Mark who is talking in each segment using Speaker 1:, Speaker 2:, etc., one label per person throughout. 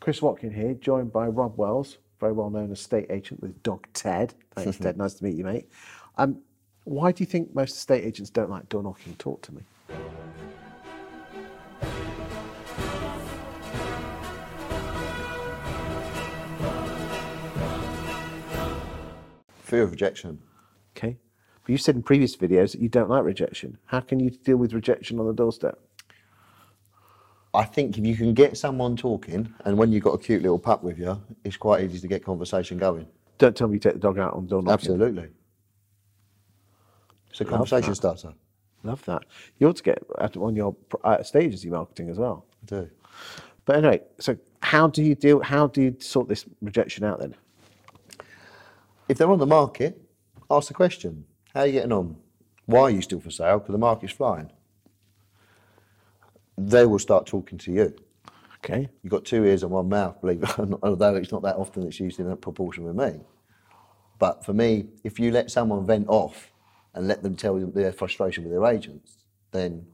Speaker 1: Chris Watkin here, joined by Rob Wells, very well known estate agent with Dog Ted. Thanks, Ted. Nice to meet you, mate. Um, why do you think most estate agents don't like door knocking? Talk to me.
Speaker 2: Fear of rejection.
Speaker 1: Okay. But you said in previous videos that you don't like rejection. How can you deal with rejection on the doorstep?
Speaker 2: I think if you can get someone talking, and when you've got a cute little pup with you, it's quite easy to get conversation going.
Speaker 1: Don't tell me you take the dog out on door knocking.
Speaker 2: Absolutely. It's a conversation starter.
Speaker 1: Love that. You ought to get at on your pr- uh, stage agency marketing as well.
Speaker 2: I do.
Speaker 1: But anyway, so how do you deal? How do you sort this rejection out then?
Speaker 2: If they're on the market, ask the question How are you getting on? Why are you still for sale? Because the market's flying. They will start talking to you.
Speaker 1: Okay.
Speaker 2: You've got two ears and one mouth, believe it or not, although it's not that often it's used in that proportion with me. But for me, if you let someone vent off and let them tell you their frustration with their agents, then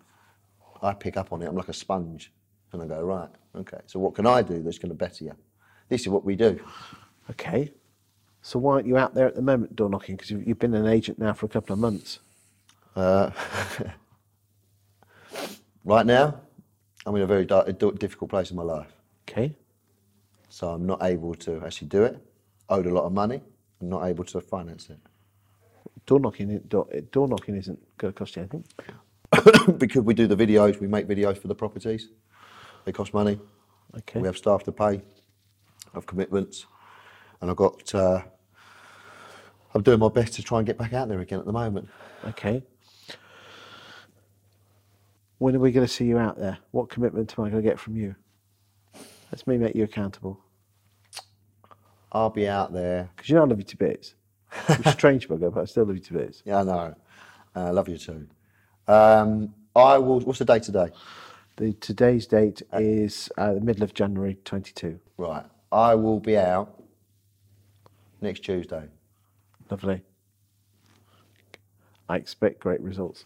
Speaker 2: I pick up on it. I'm like a sponge. And I go, right, okay, so what can I do that's going to better you? This is what we do.
Speaker 1: Okay. So why aren't you out there at the moment door knocking? Because you've, you've been an agent now for a couple of months.
Speaker 2: Right now, I'm in a very di- difficult place in my life.
Speaker 1: Okay.
Speaker 2: So I'm not able to actually do it. Owed a lot of money. I'm not able to finance it.
Speaker 1: Door knocking. Door, door knocking isn't going to cost you anything.
Speaker 2: because we do the videos, we make videos for the properties. They cost money.
Speaker 1: Okay.
Speaker 2: We have staff to pay. I've commitments, and I've got. Uh, I'm doing my best to try and get back out there again at the moment.
Speaker 1: Okay. When are we going to see you out there? What commitment am I going to get from you? Let's me make you accountable.
Speaker 2: I'll be out there.
Speaker 1: Because you know I love you to bits. You're a strange bugger, but I still love you to bits.
Speaker 2: Yeah, I know. Uh, love you too. Um, I will. What's the date today?
Speaker 1: The, today's date is uh, the middle of January 22.
Speaker 2: Right. I will be out next Tuesday.
Speaker 1: Lovely. I expect great results.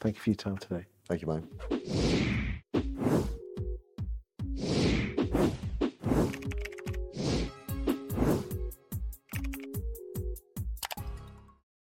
Speaker 1: Thank you for your time today.
Speaker 2: Thank you, mate.